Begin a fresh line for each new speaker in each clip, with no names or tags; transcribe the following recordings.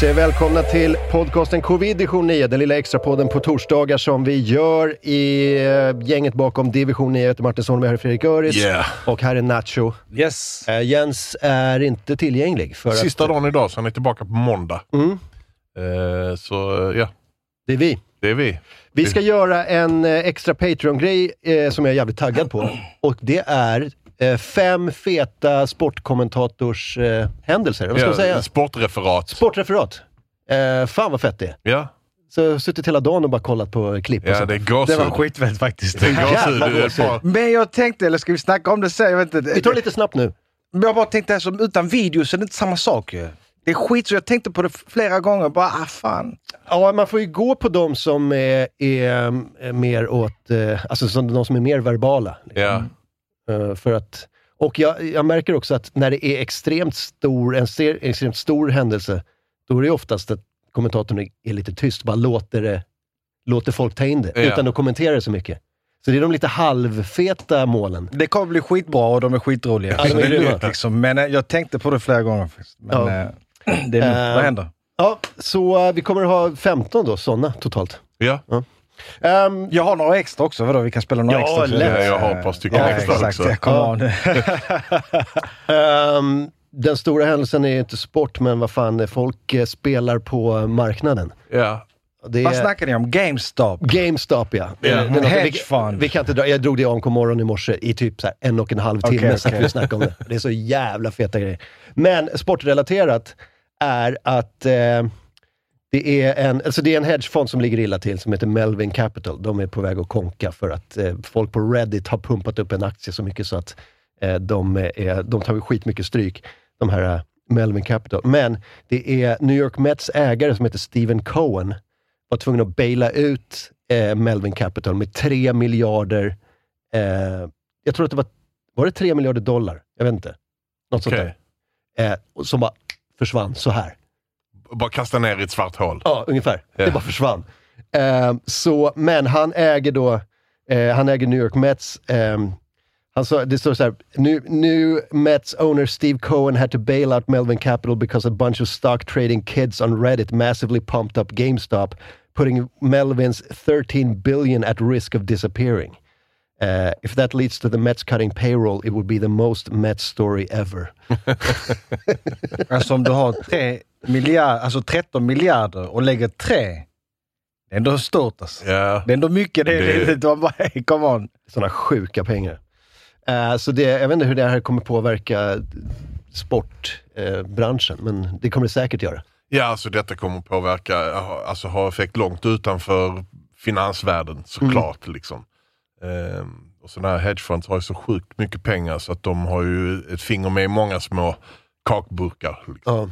säger välkomna till podcasten Coviddivision 9, den lilla extrapodden på torsdagar som vi gör i eh, gänget bakom Division 9. Jag heter Martin Solberg, här är Fredrik Öris
Yeah.
och här är Nacho.
Yes.
Eh, Jens är inte tillgänglig för
Sista
att
dagen idag, så han är tillbaka på måndag.
Mm.
Eh, så ja,
det är vi.
det är vi.
Vi ska
Mm.
göra en eh, extra Patreon-grej eh, som jag är jävligt taggad på. Och det är eh, fem feta sportkommentators eh, händelser. Vad ska man säga?
Sportreferat.
Sportreferat. Eh, fan vad fett det är.
ja.
Så jag har suttit hela dagen och bara kollat på klipp och
ja,
sånt.
det är gåshud.
Det var skitfett faktiskt.
Det är gåshud.
Jävla
Det är
gåshud.
bara-
Men jag tänkte, eller ska vi snacka om det sen? Jag vet inte.
Vi tar det lite snabbt nu.
Men jag bara tänkte, alltså, utan video så är det inte samma sak ju. Det är skit, så jag tänkte på det flera gånger. Bara, ah fan.
Ja, man får ju gå på de som är, är eh, mer åt, eh, alltså som, de som är mer verbala.
Ja.
Eh, För att, och jag, jag märker också att när det är extremt stor, en ser, extremt stor händelse, då är det oftast att kommentatorn är, är lite tyst, bara låter, det, låter folk ta in det,
Ja.
utan att kommentera det så mycket. Så det är de lite halvfeta målen.
Det kommer bli skitbra och de är skitroliga.
Ja, de är
Så det
grymma.
lugnt, liksom. Men eh, jag tänkte på det flera gånger faktiskt. Men
Ja.
eh, det är lugnt.
Eh,
Vad händer?
Ja, så eh, vi kommer att ha 15 då, sådana totalt.
ja.
Ehm,
Jag har några extra också. Vadå, vi kan spela några
Ja,
extra. också. Eh,
lätt.
Ja, jag har ett par stycken
ja,
extra
exakt.
också.
Jag kommer
Ja.
ha nu.
ehm, den stora händelsen är ju inte sport, men vad fan, eh, folk eh, spelar på marknaden.
Ja.
Det
Vad
är-
snackar ni om? GameStop?
GameStop ja.
Ja.
Det är något-
Hedge
vi,
fund.
vi kan inte dra, jag drog det i AMK morgon i morse i typ så här en och en halv timme.
Okej,
satt vi
okej.
och snackade om det. Det är så jävla feta grejer. Men sportrelaterat är att eh, det, är en, alltså det är en hedgefond som ligger illa till som heter Melvin Capital. De är på väg att konka för att eh, folk på Reddit har pumpat upp en aktie så mycket så att eh, de, är, de tar ju skitmycket stryk, de här eh, Melvin Capital. Men det är New York Mets ägare som heter Stephen Cohen var tvungen att baila ut eh, Melvin Capital med 3 miljarder, eh, jag tror att det var, var det 3 miljarder dollar? Jag vet inte. Något sånt
Okej.
där. Eh, och som bara försvann så här.
Bara kasta ner i ett svart hål.
Ja, ungefär. Det
Ja.
bara försvann. Eh, så, men han äger då, eh, han äger New York Mets. ehm, han sa, det står så här, nu, nu Mets owner Steve Cohen had to bail out Melvin Capital because a bunch of stock trading kids on Reddit massively pumped up GameStop, putting Melvins 13 billion at risk of disappearing. Eh, if that leads to the Mets cutting payroll, it would be the most Mets story ever.
Alltså om du har tre miljard, alltså 13 miljarder och lägger tre. Det är ändå stort alltså.
Ja.
Det är ändå mycket. Det, det,
Det-
det, var bara, hey, come on.
sådana sjuka pengar. Eh, så det, jag vet inte hur det här kommer påverka sportbranschen, eh, branschen, men det kommer det säkert göra.
ja, alltså detta kommer påverka, alltså ha effekt långt utanför finansvärlden såklart.
Mm.
Liksom. Ehm, och sådana här hedgefonds har ju så sjukt mycket pengar så att de har ju ett finger med i många små kakburkar. Liksom.
Ja.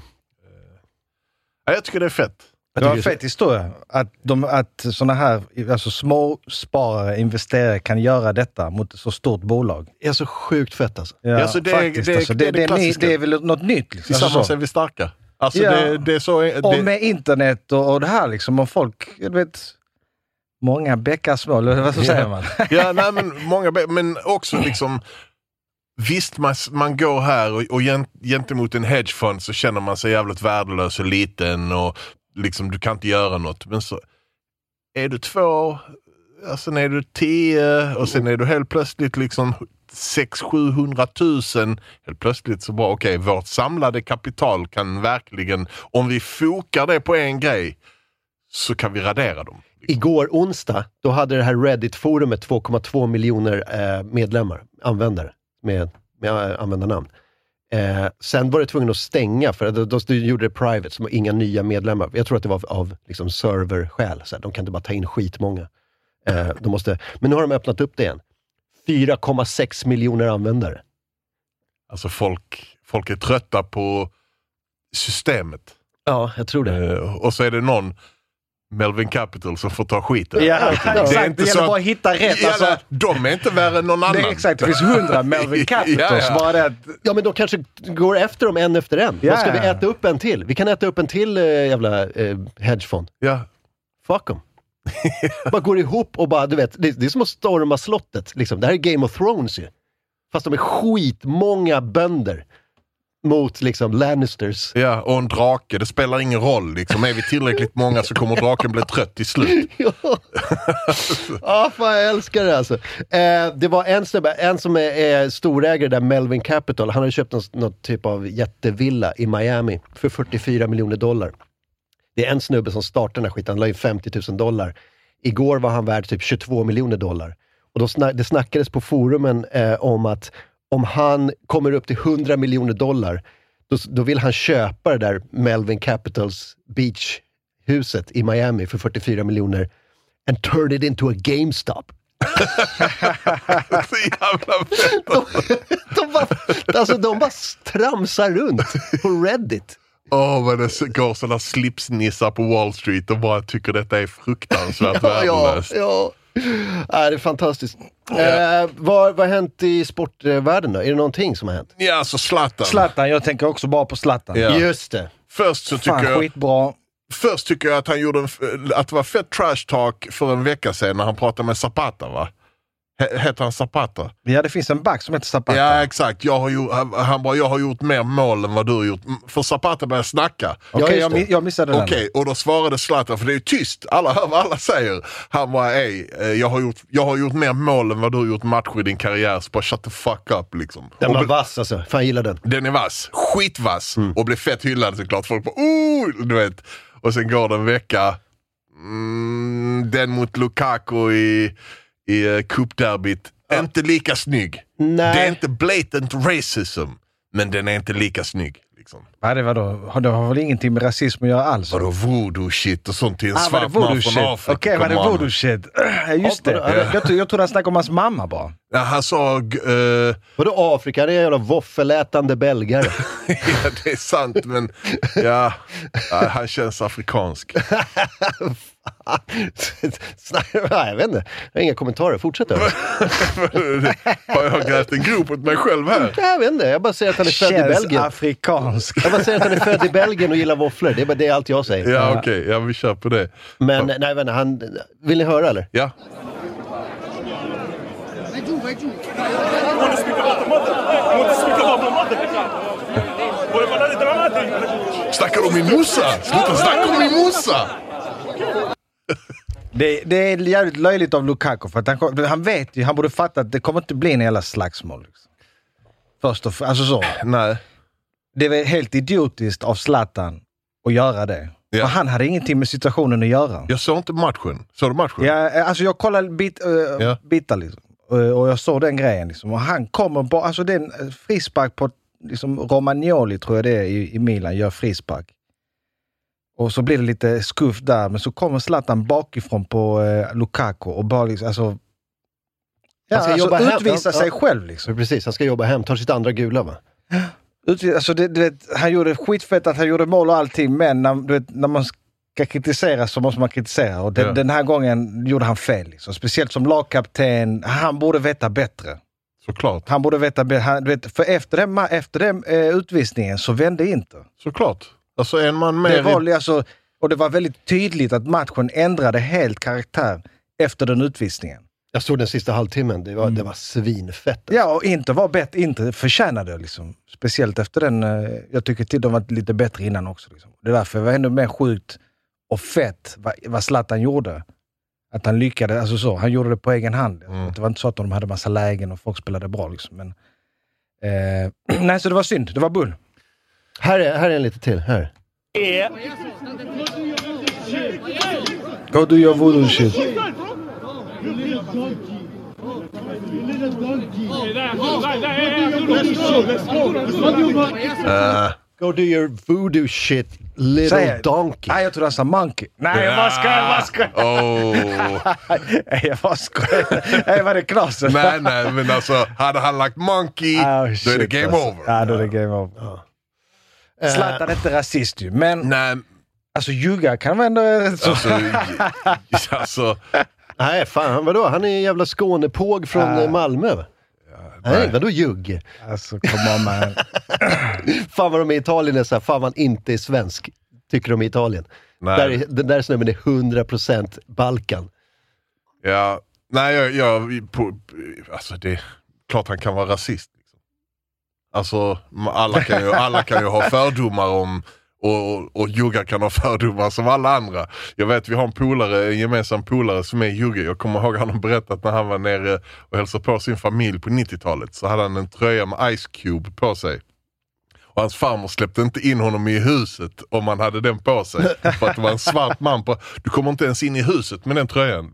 Ja, jag tycker det är fett.
Jag
Det var en
tycker det är
fet historia. Att, de, att sådana här alltså små sparare, investerare kan göra detta mot ett så stort bolag.
Det är så sjukt fett alltså.
Ja,
alltså det är- det är-
alltså.
det är det
det, är ny-
klassiska.
det är väl något nytt. Liksom. Alltså,
Tillsammans
så.
är vi starka. Alltså
Ja.
det, det är så...
och
Det,
med internet och, och det här liksom. Om folk, du vet, många bäckar små, eller vad så
Ja.
säger man?
ja, nej, men, många, be- men också liksom... Visst, man, man går här och, och gent, gentemot en hedgefond så känner man sig jävligt värdelös och liten och liksom du kan inte göra något. Men så är du två, ja, sen är du tio och sen är du helt plötsligt liksom 600 000 Helt plötsligt så bara, okej, vårt samlade kapital kan verkligen, om vi fokar det på en grej, så kan vi radera dem.
Igår onsdag, då hade det här Reddit-forumet 2,2 miljoner eh, medlemmar, användare, med, med eh, användarnamn. Eh, sen var det tvungen att stänga, för de, de, de gjorde det private, så inga nya medlemmar. Jag tror att det var av, av liksom serverskäl. Så här, de kan inte bara ta in skitmånga. Eh, de måste, men nu har de öppnat upp det igen. 4,6 miljoner användare.
Alltså folk, folk är trötta på systemet.
Ja, jag tror det.
Eh, och så är det någon, Melvin Capital, som får ta skiten.
Ja, exakt. Det,
inte så
gäller
att-
bara att hitta rätt.
Ja,
Alltså,
de är inte värre än någon
det
annan.
är exakt, det finns hundra Melvin
Ja,
Capitals.
ja.
Bara det att
Ja, men de kanske går efter dem en efter en. Då
Ja,
ska vi
ja, ja.
äta upp en till. Vi kan äta upp en till eh, jävla eh, hedgefond.
Ja.
Fuck dem. bara går ihop och bara, du vet, det, det är som att storma slottet. Liksom. Det här är Game of Thrones ju. Fast de är skitmånga bönder. mot liksom Lannisters.
Ja, och en drake. Det spelar ingen roll. Liksom. Är vi tillräckligt många så kommer draken bli trött till slut.
Ja, ah, fan jag älskar det alltså. Eh, det var en, snubbe, en som är, är storägare där, Melvin Capital, han hade köpt någon, någon typ av jättevilla i Miami för 44 miljoner dollar. Det är en snubbe som startade den här skiten, han la in 50 000 dollar. Igår var han värd typ 22 miljoner dollar. Och då snack, det snackades på forumen eh, om att om han kommer upp till 100 miljoner dollar, då, då vill han köpa det där Melvin Capitals Beach-huset i Miami för 44 miljoner and turn it into a GameStop.
Så jävla fett.
De, de, bara, alltså, de bara tramsar runt på Reddit.
Åh, vad det går sådana slipsnissar på Wall Street och bara tycker detta är fruktansvärt
ja,
värdelöst.
ja. Ja, Äh, det är fantastiskt. Eh, vad, vad har hänt i sportvärlden då? Är det någonting som har hänt?
Ja, så Zlatan.
Zlatan, jag tänker också bara på Zlatan.
Ja.
Just det.
Först så tycker
Fan,
jag...
skitbra.
Först tycker jag att han gjorde en, att det var fett trash talk för en vecka sedan när han pratade med Zapata va? He- Heter han Zapata?
Ja, det finns en back som heter Zapata.
Ja exakt, jag har gjort, han- han bara jag har gjort mer mål än vad du har gjort. För Zapata började snacka.
Okej,
Ja, just
jag,
det.
mi- jag missade den.
Okej, och då svarade Zlatan, för det är ju tyst, alla hör vad alla säger. Han bara ej, eh, jag har, gjort, jag har gjort mer mål än vad du har gjort matcher i din karriär, så bara shut the fuck up liksom.
Den
Och
var
bl-
vass alltså. Fan, jag gillar den.
den är vass, skitvass
Mm.
och blev fett hyllad såklart. Folk bara oh, du vet. Och sen går det en vecka, mm, den mot Lukaku i, i eh, cupderbyt, inte lika snygg.
Nej.
Det är inte blatant racism, men den är inte lika snygg. Liksom.
Ja, det, var då, har- det har väl ingenting med rasism att göra alls?
Vadå voodoo-shit och sånt till en
Ah, var det
svart man från
voodoo-shit?
Afrika?
Okej, var det
Come on.
voodoo-shit? Ja, Just
Ja,
det.
vadå?
Jag, tro- jag trodde han snackade om hans mamma bara.
Ja, han sa, g- eh,
Vadå Afrika? Det är jävla våffelätande belgare.
ja det är sant men ja, ja, han känns afrikansk.
Snack- Nej, jag vet inte. Jag har inga kommentarer. Fortsätt då.
Har jag grävt en grop åt mig själv här?
Nej, Jag vet inte. Jag bara säger att han är född i
Känns
Belgien.
afrikansk.
Jag bara säger att han är född i Belgien och gillar våfflor. Det är bara det är allt jag säger.
Eh,
Ja okej, ja, vi kör på det.
Men nej, jag vet inte, han... Vill ni höra eller?
Ja.
I do, I do.
want to speak about the mother. You want to speak about my mother. What if another dramatic?
Snackar du om min morsa? Sluta snacka om min morsa!
Det, det är jävligt löjligt av Lukaku, för att han, kom- han vet ju, han borde fatta att det kommer inte bli en jävla slagsmål. Liksom. Först och f- alltså så.
Nej.
Det var helt idiotiskt av Zlatan att göra det.
Ja.
För han hade ingenting med situationen att göra.
Jag såg inte matchen. Såg du matchen?
Ja, alltså jag kollade bit, eh,
Ja.
bitar liksom. Eh, och jag såg den grejen. Liksom. Och han kommer bara, alltså det är en eh, frispark på, liksom Romagnoli tror jag det är i, i Milan, gör frispark. Och så blir det lite skuff där, men så kommer Zlatan bakifrån på eh, Lukaku och bara liksom, alltså... Ja,
Han ska
alltså
jobba hem,
utvisa
ja,
sig
ja.
själv liksom.
Så Precis, han ska jobba hem. Tar sitt andra gula va?
Utvisa, alltså det, du vet, han gjorde skitfett att han gjorde mål och allting, men när, du vet, när man ska kritisera så måste man kritisera. Och den,
Ja.
den här gången gjorde han fel. Liksom. Speciellt som lagkapten. Han borde veta bättre.
Såklart.
Han borde veta bättre. Han, du vet, för efter den, ma- efter den eh, utvisningen så vände inte.
Såklart. Alltså en man mer...
Det
i-
var, alltså, och det var väldigt tydligt att matchen ändrade helt karaktär efter den utvisningen.
Jag såg den sista halvtimmen. Det var, det var svinfett.
Ja, och inte var bättre, inte förtjänade det, liksom. Speciellt efter den, eh, jag tycker till de var lite bättre innan också. Liksom. Det är därför det var ändå mer sjukt och fett vad, vad Zlatan gjorde. Att han lyckades, alltså så, han gjorde det på egen hand.
Mm.
Det var inte så att de hade massa lägen och folk spelade bra liksom. Men, eh, nej, så det var synd. Det var bull.
Här, är, här är en lite till. Här.
Go do your voodoo shit.
Eh,
Go do your voodoo shit, little
Säg-
donkey.
Nej, jag trodde han sa monkey. Nej, jag bara skojar, jag bara skojar.
oh.
Nej, jag bara skojar. Nej, var det knasen?
Nej, nej, men alltså hade han lagt monkey,
Ah,
då är det
shit,
game
alltså.
over.
Ja, då är det game over.
Eh,
Zlatan är inte rasist ju, men
Nej,
alltså ljuga kan man ändå... eh, Så,
alltså... alltså
nej, fan vadå? Han är en jävla Skånepåg från eh, Malmö. va? nej. vadå ljug?
alltså come on man.
Fan vad de i Italien är såhär, fan man inte är svensk, tycker de i Italien.
Nej.
Där, är- den där snubben är 100% Balkan.
Ja, nej jag, jag på, alltså det är klart han kan vara rasist. Liksom. Alltså, ma- alla kan ju, alla kan ju ha fördomar om och, och juggar kan ha fördomar som alla andra. Jag vet vi har en polare, en gemensam polare som är jugge. Jag kommer ihåg han har berättat när han var nere och hälsade på sin familj på 90-talet så hade han en tröja med Ice Cube på sig. Och hans farmor släppte inte in honom i huset om han hade den på sig. För att det var en svart man på... Du kommer inte ens in i huset med den tröjan.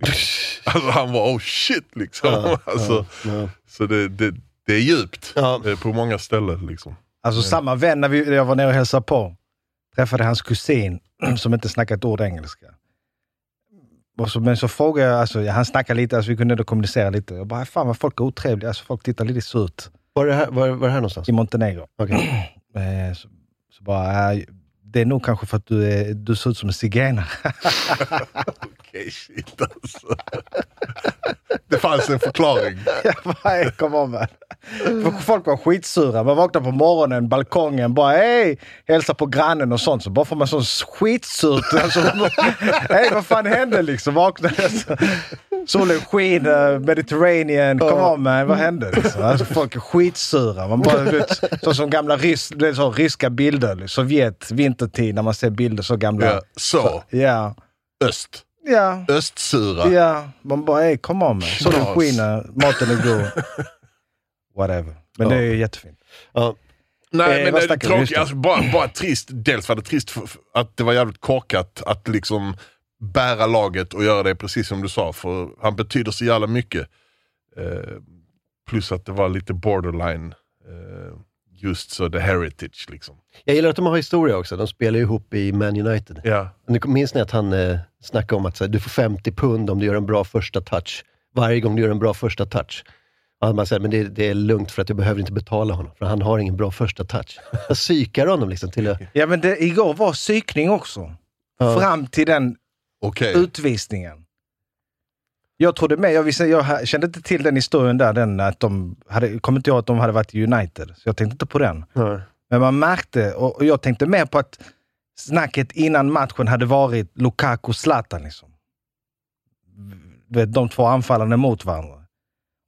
Alltså han var oh shit liksom. alltså,
ja.
Så det, det, det är djupt
Ja.
eh, på många ställen. Liksom.
Alltså samma vän när vi, jag var nere och hälsade på. Träffade hans kusin som inte snackade ett ord engelska. Och så, men så frågade jag, alltså, ja, han snackade lite, alltså, vi kunde ändå kommunicera lite. Jag bara, fan vad folk är otrevliga, alltså, folk tittar lite surt
Var det här, var, var det här någonstans?
i Montenegro.
Okej.
Eh, så, så bara, "Ja, det är nog kanske för att du, är, du ser ut som en zigenare.
Okej, shit alltså. Det fanns en förklaring.
Jag bara, kom om man. Folk var skitsura. Man vaknade på morgonen, balkongen, bara hej! Hälsa på grannen och sånt. Så bara får man sån skitsurt. Alltså, hej, vad fan hände liksom? Vaknade. så- Solen skiner, Mediterranean, kom on man, vad hände? Liksom? Alltså, folk är skitsura. Man bara, du vet, så som gamla rys, det är så ryska bilder, Sovjet, vintertid, när man ser bilder så gamla.
Ja, så,
Ja.
öst.
Ja.
Östsura.
Ja, man bara hey, kom on man. Solen
Knas.
skiner, maten är god. Whatever. Men det är ju jättefint.
Ja.
Nej,
Eh,
men
vad
det är
snackar vi? Just
tråkigt.
det.
Alltså, bara, bara trist. Dels var det trist för, för att det var jävligt korkat att liksom bära laget och göra det precis som du sa, för han betyder så jävla mycket. Eh, plus att det var lite borderline, eh, just så, the heritage liksom.
Jag gillar att de har historia också. De spelar ju ihop i Man United.
Ja.
Nu kom- Minns ni att han eh, snackade om att så här, du får 50 pund om du gör en bra första touch. Varje gång du gör en bra första touch. Och han bara säger, men det, det är lugnt för att jag behöver inte betala honom, för han har ingen bra första touch. Jag psykar honom liksom till att...
Ja, men det, igår var psykning också.
Ja.
Fram till den
Okej,
utvisningen. Jag trodde med, jag, visste, jag ha- kände inte till den historien där, den att de hade, kom inte ihåg att de hade varit i United. Så jag tänkte inte på den. Men man märkte, och, och jag tänkte mer på att snacket innan matchen hade varit Lukaku-Zlatan. Liksom. Du vet, De två anfallarna mot varandra.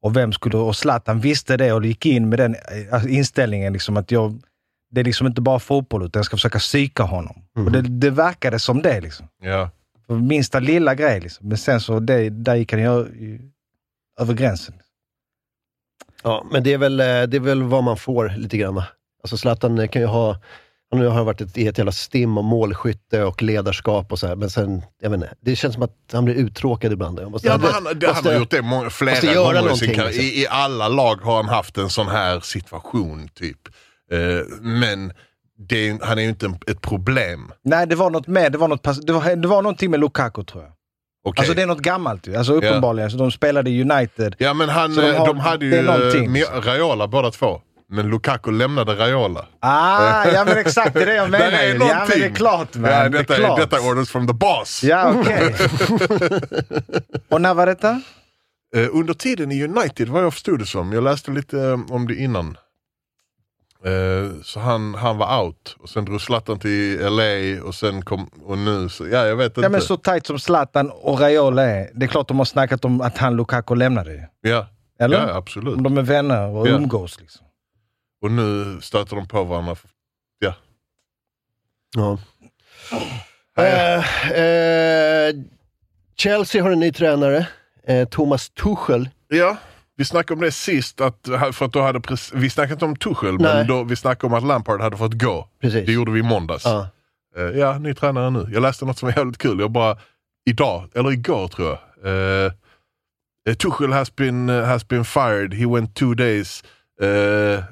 Och vem skulle, och Zlatan visste det och gick in med den eh, inställningen liksom att jag, det är liksom inte bara fotboll utan jag ska försöka psyka honom.
Mhm.
Och det, det verkade som det liksom.
ja.
För minsta lilla grej liksom. Men sen så, det, där gick han ju ö- över gränsen.
Ja, men det är, väl, eh, det är väl vad man får lite grann. va? Alltså Zlatan eh, kan ju ha... Han har ju varit ett, i ett jävla stim om målskytte och ledarskap och så här, men sen, jag vet inte, det känns som att han blir uttråkad ibland. Jag måste-
Ja, men han, det, han
måste-
har gjort det många,
måste
flera
göra
gånger i,
någonting,
sin karriär.
alltså.
liksom.
I, I alla lag har han haft en sån här situation, typ. Eh, men det är, han är ju inte en, ett problem.
Nej, det var något med, det var, något, pass- det var, det var någonting med Lukaku tror jag.
Okej.
Alltså det är något gammalt ju. Alltså uppenbarligen. Så de spelade i United.
Ja men han,
Så de
de,
har-
de hade
det är
ju
någonting.
eh, Mia- Raiola båda två. Men Lukaku lämnade Raiola.
Ah, ja men exakt. Det är det jag menar.
Där är
ju. ja men det är klart man.
Ja,
det
detta,
är
är
klart.
detta är orders from the boss.
Ja, okej. Och när var detta?
Eh, under tiden i United, vad jag förstod det som, jag läste lite eh, om det innan. Eh, så han, han var out och sen drog Zlatan till LA och sen kom, och nu, så, ja jag vet inte.
Ja men så tajt som Zlatan och Raiola är. Det är klart de har snackat om att han Lukaku lämnade ju.
ja,
Eller?
ja absolut.
Om de är vänner och
Ja.
umgås liksom.
Och nu stöter de på varandra. Ja.
Ja.
Ja, ja.
Eh, eh, Chelsea har en ny tränare, eh, Thomas Tuchel.
Ja, vi snackade om det sist, att, för att då hade pres- vi snackade inte om Tuchel,
Nej.
men då, vi snackade om att Lampard hade fått gå.
Precis.
Det gjorde vi i måndags.
Ja.
Eh, ja, ny tränare nu. Jag läste något som var jävligt kul. Jag bara, idag, eller igår tror jag. eh, Tuchel has been, eh, has been fired. He went two days. Eh,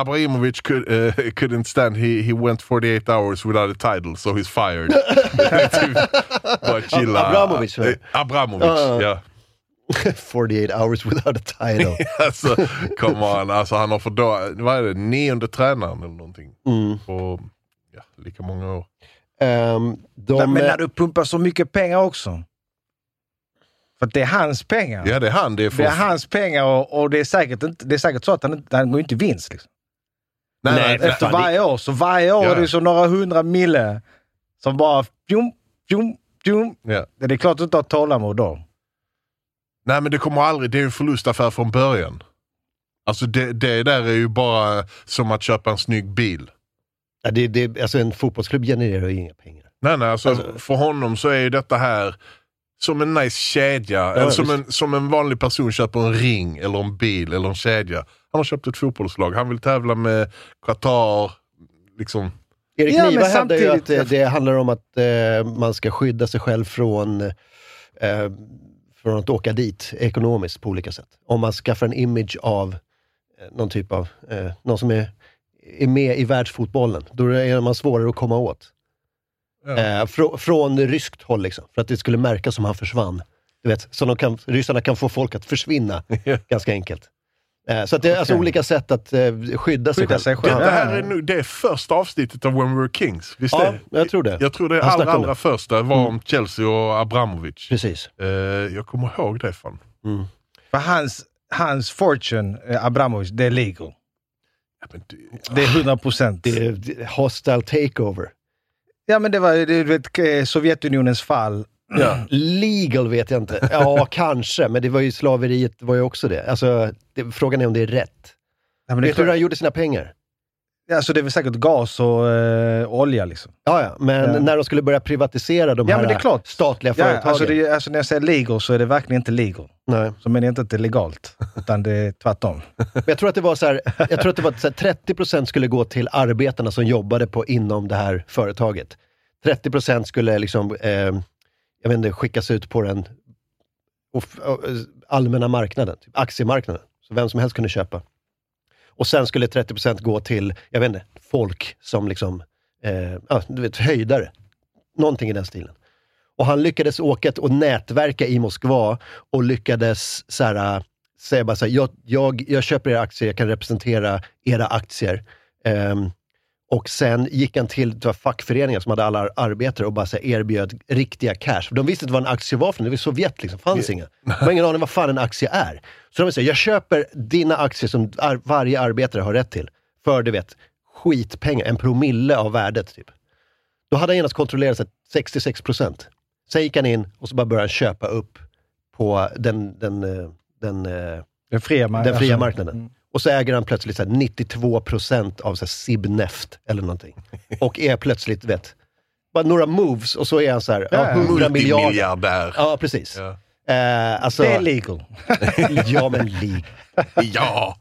Abramovich could, eh, couldn't stand. He, he went 48 hours without a title, so he's fired. typ, bara chilla.
Abramovich, va?
Eh, Abramovich,
Ja, ja.
ja.
48 hours without a title.
Alltså, come on. Alltså, han har för då, vad är det, nionde tränaren eller någonting.
Mm.
På ja, lika många år.
Ehm, de,
Nej, men när du pumpar så mycket pengar också. För att det är hans pengar.
Ja, det är han. Det är,
Det
från-
är hans pengar och, och det, är säkert inte, det är säkert så att han, inte- han går inte i vinst. Liksom.
Nej, nej, nej.
Efter varje år. Så varje år
Ja.
är det så några hundra mille som bara fjum, fjum, fjum.
Ja.
Det är klart att du inte har tålamod då.
Nej men det kommer aldrig, det är en förlustaffär från början. Alltså det, det där är ju bara som att köpa en snygg bil.
Ja, det, det, alltså en fotbollsklubb genererar ju inga pengar.
Nej, nej, alltså,
Alltså-
för honom så är ju detta här som en nice kedja. eller som
visst.
en, som en vanlig person köper en ring, eller en bil, eller en kedja. Han har köpt ett fotbollslag. Han vill tävla med Qatar. Liksom.
Erik
Ja, men
Niva hävdar ju att
samtidigt-
eh, det handlar om att eh, man ska skydda sig själv från, eh, från att åka dit ekonomiskt på olika sätt. Om man skaffar en image av eh, någon typ av, eh, någon som är, är med i världsfotbollen, då är man svårare att komma åt.
Ja.
Eh, frå, från ryskt håll liksom, för att det skulle märkas om han försvann. Du vet, så de kan, ryssarna kan få folk att försvinna
Ja.
ganska enkelt. Eh, så att det är alltså
Okej.
olika sätt att eh, skydda sig själv.
Skydda sig själv.
Detta här är nu, det är första avsnittet av When We Were Kings. Visst
Ja,
är det?
jag tror det. Mm.
Jag tror det
Han
allra,
snackade om
allra första var om Chelsea och Abramovic.
Precis.
Eh, jag kommer ihåg det fan.
För hans, hans fortune, eh, Abramovic, det är legal.
Ja, men du,
Det är 100 procent.
Det är det- hostile takeover.
Ja, men det var ju, du vet, eh, Sovjetunionens fall.
ja.
Legal vet jag inte. Ja, kanske. Men det var ju slaveriet var ju också det. Alltså, det frågan är om det är rätt.
Ja, men det, är
vet du hur
klart-
han gjorde sina pengar?
alltså, det är väl säkert gas och eh, olja liksom.
Ja, ja. Men
Ja.
när de skulle börja privatisera de
Ja,
här
men det är klart.
statliga
Ja,
företagen.
alltså, det, är- alltså när jag säger legal så är det verkligen inte legal.
Nej.
Så menar jag inte att det är legalt, utan det är tvärtom.
Men jag tror att det var så här, jag tror att det var så här 30% skulle gå till arbetarna som jobbade på, inom det här företaget. 30% skulle liksom, eh, jag vet inte, skickas ut på den off- eh, allmänna marknaden, typ aktiemarknaden. Så vem som helst kunde köpa. Och sen skulle 30% gå till, jag vet inte, folk som liksom, eh, ja, du vet, höjdare. Någonting i den stilen. Och han lyckades åka och nätverka i Moskva och lyckades så här, säga bara så här, alltså, jag, jag, jag köper era aktier, jag kan representera era aktier. Ehm, och sen gick han till det var fackföreningar som hade alla ar- arbetare och bara så här, erbjöd riktiga cash. För De visste inte vad en aktie var för något. Det var Sovjet liksom, fanns inga. De har ingen aning vad fan en aktie är. Så de säger, jag köper dina aktier som ar- varje arbetare har rätt till. För du vet, skitpengar, en promille av värdet typ. Då hade han genast kontrollerat sig 66 procent. Sen gick han in och så bara började han köpa upp på den, den, eh, den, eh,
Den fria, mar-
den fria
alltså-
marknaden. Och så äger han plötsligt så här 92 procent av så här Sibneft eller någonting. Och är plötsligt, du vet, bara några moves och så är han så här, ja,
Ja, ja.
100 miljarder.
Multimiljardär.
Ja, precis.
Ja.
Eh, alltså,
Det är legal.
ja, men lig.
ja.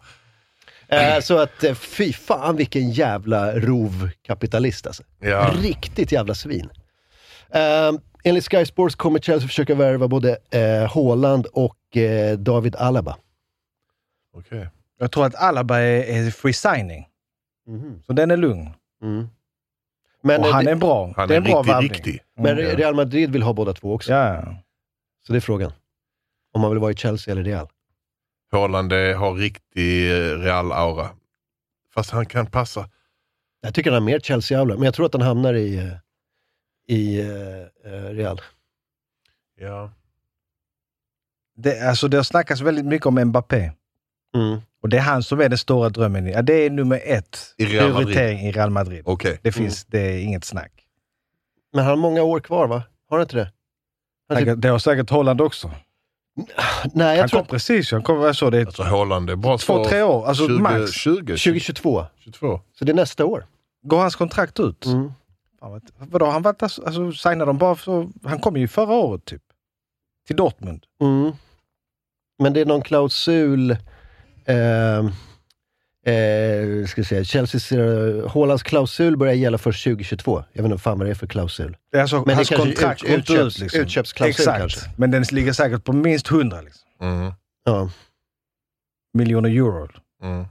Eh, så att eh, fy fan vilken jävla rovkapitalist alltså.
Ja.
Riktigt jävla svin. Eh, enligt Sky Sports kommer Chelsea försöka värva både eh, Haaland och eh, David Alaba.
Okej.
Jag tror att Alaba är, är free signing,
Mhm.
så den är lugn.
Mm. Men,
och
eh,
han
det-
är bra.
Han
det
är,
är en bra
riktigt
värvning.
riktig.
men
Mm.
Real Madrid vill ha båda två också,
Ja, ja.
så det är frågan. Om man vill vara i Chelsea eller Real.
Haaland eh, har riktig eh, Real-aura. Fast han kan passa.
Jag tycker han har mer Chelsea-aula, men jag tror att han hamnar i, eh, i eh, eh, Real.
Ja.
Det, alltså, det har snackats väldigt mycket om Mbappé.
Mm.
Och det är han som är den stora drömmen. Ja, det är nummer ett.
I Real Madrid.
prioritering i Real Madrid.
Okej.
Det
Mm.
finns, det är inget snack.
Men han har många år kvar, va? Har han inte det? Han är typ,
Säkert, det har säkert Holland också.
nej,
Han
jag tror
kom
att
precis, han kom, jag såg det,
Alltså Haaland är bra
två,
för
tre år. Alltså
20,
max.
20,
2022,
22.
så det är nästa år.
Går hans kontrakt ut?
Mm.
Fan, vad- vadå, han var, alltså, signade de bara för, Han kom ju förra året typ. Till Dortmund.
Mm. Men det är någon klausul... Eh, eh, ska vi se, Chelseas, eh, Haalands klausul börjar gälla först 2022. Jag vet inte fan vad det är för klausul.
Det är Alltså,
det
Men hans
kanske är
kontrakt
ut-
går inte
utköps-
ut. Liksom.
utköpsklausul
Exakt.
kanske.
Men den ligger säkert på minst 100 liksom.
Mm.
Ja.
miljoner euro.
Mm.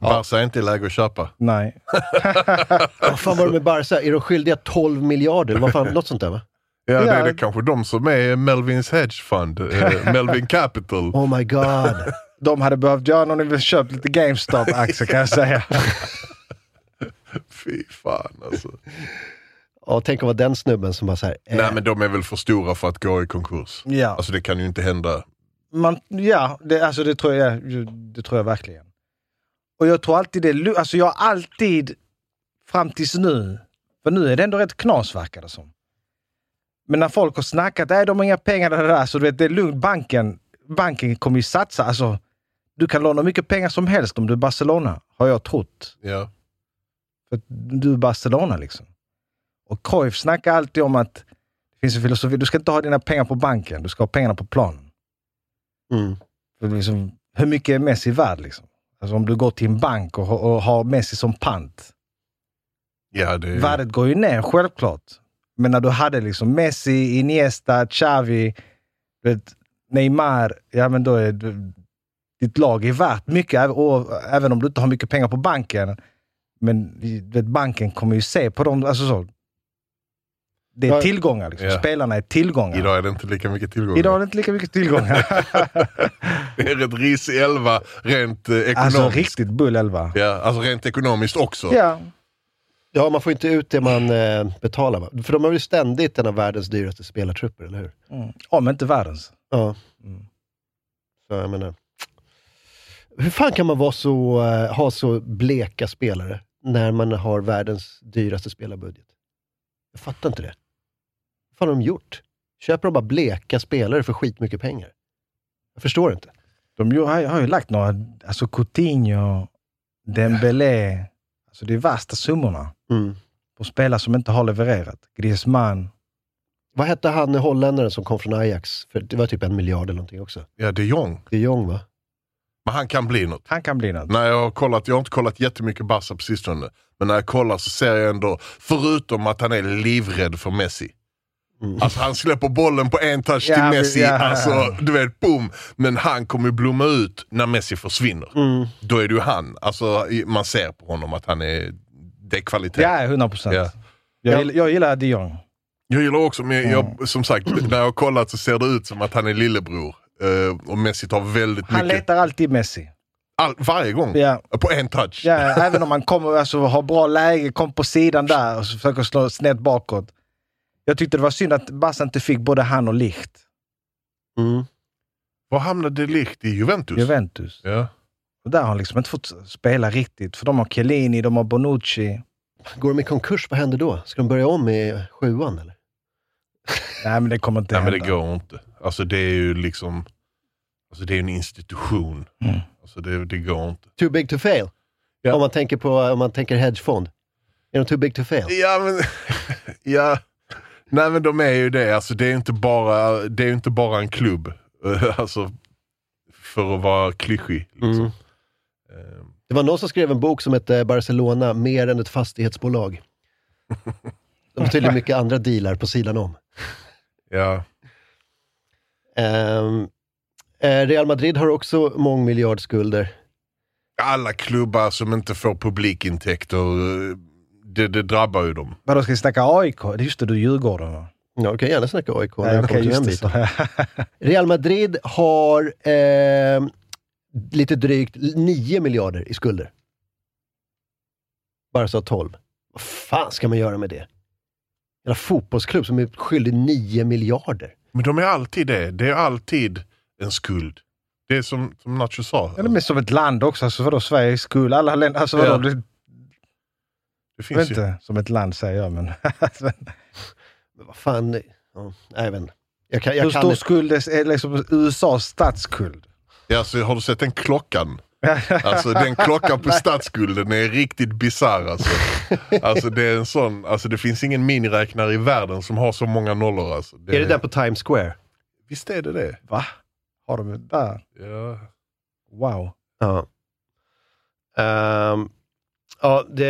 Barca är inte i läge att köpa.
Nej.
Vad fan var det med Barca? Är de skyldiga 12 miljarder? Vad fan, något sånt där va?
Ja, Det är
Ja.
det kanske de som är Melvins Hedge Fund, eh, Melvin Capital.
Oh my god.
De hade behövt göra någon investering, köpt lite GameStop-aktier kan jag säga.
Fy fan alltså.
Ja, tänk om vara den snubben som bara eh, såhär...
Nej men de är väl för stora för att gå i konkurs.
Ja.
Alltså det kan ju inte hända.
Man, ja, det, alltså det tror, jag, det tror jag verkligen. Och jag tror alltid det är lu- Alltså jag har alltid, fram tills nu, för nu är det ändå rätt knas verkar det som. Men när folk har snackat, nej de har inga pengar, det där, så du vet, det är lugnt. Banken, banken kommer ju satsa. Alltså, Du kan låna mycket pengar som helst om du är Barcelona, har jag trott.
Ja.
För att du är Barcelona liksom. Och Cruyff snackar alltid om att det finns en filosofi, du ska inte ha dina pengar på banken, du ska ha pengarna på planen.
Mm.
För det är liksom, hur mycket är Messi värd liksom? Alltså om du går till en bank och, har- och har Messi som pant.
Ja, det
Värdet går ju ner, självklart. Men när du hade liksom Messi, Iniesta, Xavi, du vet, Neymar, ja men då är du, ditt lag är värt mycket, även- och, även om du inte har mycket pengar på banken. Men du vet, banken kommer ju se på dem, alltså så. Det
Ja.
är tillgångar, liksom.
Ja.
spelarna är tillgångar.
Idag är det inte lika mycket tillgång.
Idag är det inte lika mycket tillgångar.
Det är rätt risig elva rent eh, ekonomiskt.
alltså riktigt bull elva.
Ja, alltså rent ekonomiskt också.
Ja.
Ja, man får inte ut det man eh, betalar. va? För de har ju ständigt en av världens dyraste spelartrupper, eller hur?
Mm. Om inte världens.
Ja.
Mm.
Så jag menar... Hur fan kan man vara så, eh, ha så bleka spelare när man har världens dyraste spelarbudget? Jag fattar inte det. Vad fan har de gjort? Köper de bara bleka spelare för skitmycket pengar? Jag förstår inte.
De ju, har, har ju lagt några, alltså Coutinho, Dembélé. Alltså det är värsta summorna
Mm.
på spelare som inte har levererat. Griezmann.
Vad hette han holländaren som kom från Ajax? För det var typ en miljard eller någonting också.
Ja, de Jong.
De Jong, va?
Men han kan bli något.
Han kan bli något.
När jag har kollat, jag har inte kollat jättemycket Barca på sistone. Men när jag kollar så ser jag ändå, förutom att han är livrädd för Messi.
Mm.
Alltså han släpper bollen på en touch
Ja,
till Messi,
ja.
alltså du vet boom. Men han kommer ju blomma ut när Messi försvinner.
Mm.
Då är det ju han. Alltså i- man ser på honom att han är, det är kvalitet.
Ja, 100 procent.
Ja.
Jag, gillar- jag gillar de Jong.
Jag gillar också, men jag, som sagt, när jag har kollat så ser det ut som att han är lillebror. Eh, och Messi tar väldigt
Han
mycket.
letar alltid Messi.
All, varje gång.
Ja.
På en touch.
Ja, även om han kommer, alltså, har bra läge, kom på sidan där och så försöker slå snett bakåt. Jag tyckte det var synd att Barca inte fick både han och Licht.
Mm.
Var hamnade De Ligt i Juventus?
Juventus.
Ja.
Och där har han liksom inte fått spela riktigt. För de har Chiellini, de har Bonucci.
Går de i konkurs, vad händer då? Ska de börja om i sjuan, eller?
Nej, men det kommer inte
Nej men
hända.
det går inte. Alltså det är ju liksom, alltså det är ju en institution.
Mm.
Alltså det, det går inte.
Too big to fail?
Ja.
Om, man tänker på, om man tänker hedgefond. Är de too big to fail?
Ja men, ja. Nej men de är ju det. Alltså det är ju inte bara, det är ju inte bara en klubb. alltså, för att vara klyschig. Liksom.
Mm.
Eh,
Det var någon som skrev en bok som hette Barcelona, mer än ett fastighetsbolag. De har tydligen mycket andra dealar på sidan om.
Ja.
Ehm, eh, Real Madrid har också mångmiljardskulder.
Alla klubbar som inte får publikintäkter, eh, det, det drabbar ju dem.
Vadå, ska vi snacka AIK? Det är Just det, du är Djurgården va?
Ja, vi kan gärna snacka AIK när
Nej,
jag
okej,
kommer till den
just det,
biten.
så.
Real Madrid har ehm, lite drygt 9 miljarder i skulder. Barca har 12. Vad fan ska man göra med det? En fotbollsklubb som är skyldig 9 miljarder.
Men de är alltid det. Det är alltid en skuld. Det är som, som Nacho sa.
Ja, de är som ett land också. Alltså vadå, Sverige är skuld. Alla länder, alltså vadå,
Ja,
det
det
jag vet
finns ju.
inte. Som ett land säger jag, men...
Men vad fan... Ja, nej, jag vet inte. Jag kan,
Hur
jag kan
stor
inte.
skuld är är liksom USAs statsskuld?
Ja, alltså, har du sett den klockan? Alltså den klockan på statsskulden är riktigt bisarr alltså. Alltså det är en sån, alltså det finns ingen miniräknare i världen som har så många nollor alltså.
Är det den på Times Square?
Visst är det det?
Va? Har de det där?
Ja.
Wow.
Ja. Ehm, ja, det,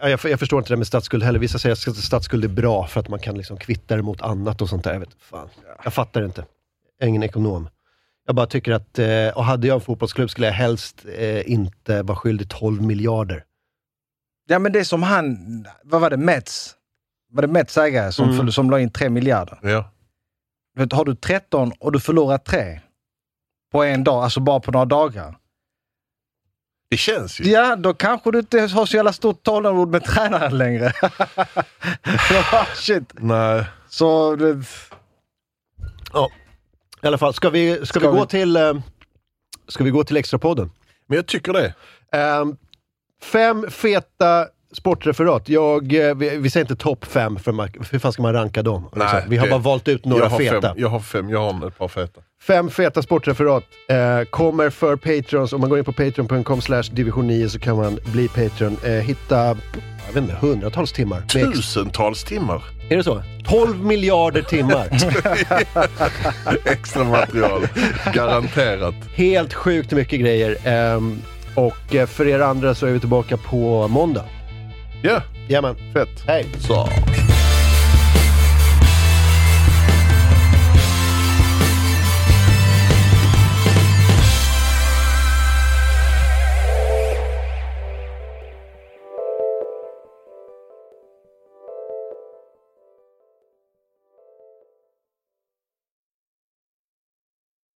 ja, jag, jag förstår inte det med statsskuld heller. Vissa säger att statsskuld är bra för att man kan liksom kvitta det mot annat och sånt där. Jag, vet, fan. jag fattar inte. Jag är ingen ekonom. Jag bara tycker att, eh, och hade jag en fotbollsklubb skulle jag helst eh, inte vara skyldig 12 miljarder.
Ja, men det är som han... Vad var det? Mets? Var det Mets ägare som,
Mm.
som la in tre miljarder?
ja.
Du vet, har du 13 och du förlorar tre på en dag, alltså bara på några dagar.
Det känns ju.
Ja, då kanske du inte har så jävla stort tålamod med tränaren längre. Shit.
Nej.
Så, det-
I alla fall, ska vi, ska vi,
Ska
gå,
vi-
Till, eh, ska vi gå till extrapodden?
Men jag tycker det.
Ehm, fem feta sportreferat. Jag, eh, vi, vi säger inte topp fem, för man, hur fan ska man ranka dem?
Nej,
vi har
det-
bara valt ut några
jag har
feta.
Fem, jag har fem, jag har ett par feta.
Fem feta sportreferat eh, kommer för Patrons. Om man går in på patreon.com slash division 9 så kan man bli Patreon. Eh, hitta, jag vet inte, hundratals timmar. med ex-
Tusentals timmar
Är det så? 12 miljarder timmar.
extra material. Garanterat.
Helt sjukt mycket grejer. Ehm, och eh, för er andra så är vi tillbaka på måndag.
Ja,
Jajamän.
fett.
Hej!
Så.